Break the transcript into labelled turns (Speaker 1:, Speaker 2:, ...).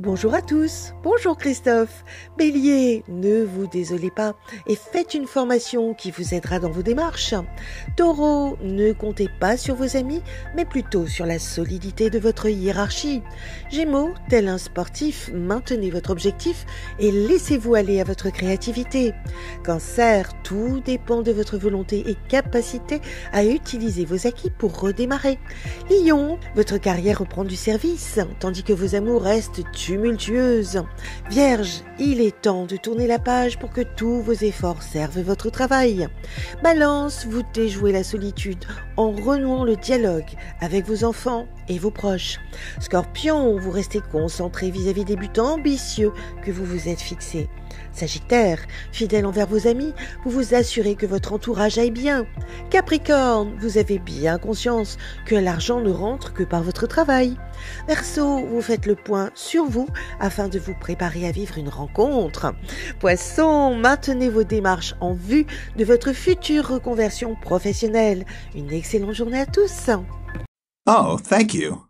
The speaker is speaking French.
Speaker 1: Bonjour à tous, bonjour Christophe. Bélier, ne vous désolez pas et faites une formation qui vous aidera dans vos démarches. Taureau, ne comptez pas sur vos amis, mais plutôt sur la solidité de votre hiérarchie. Gémeaux, tel un sportif, maintenez votre objectif et laissez-vous aller à votre créativité. Cancer, tout dépend de votre volonté et capacité à utiliser vos acquis pour redémarrer. Lion, votre carrière reprend du service, tandis que vos amours restent tumultueuse. Vierge, il est temps de tourner la page pour que tous vos efforts servent votre travail. Balance, vous déjouez la solitude en renouant le dialogue avec vos enfants et vos proches. Scorpion, vous restez concentré vis-à-vis des buts ambitieux que vous vous êtes fixés. Sagittaire, fidèle envers vos amis, vous vous assurez que votre entourage aille bien. Capricorne, vous avez bien conscience que l'argent ne rentre que par votre travail. Verseau, vous faites le point sur vous afin de vous préparer à vivre une rencontre. Poisson, maintenez vos démarches en vue de votre future reconversion professionnelle. Une excellente journée à tous.
Speaker 2: Oh, thank you.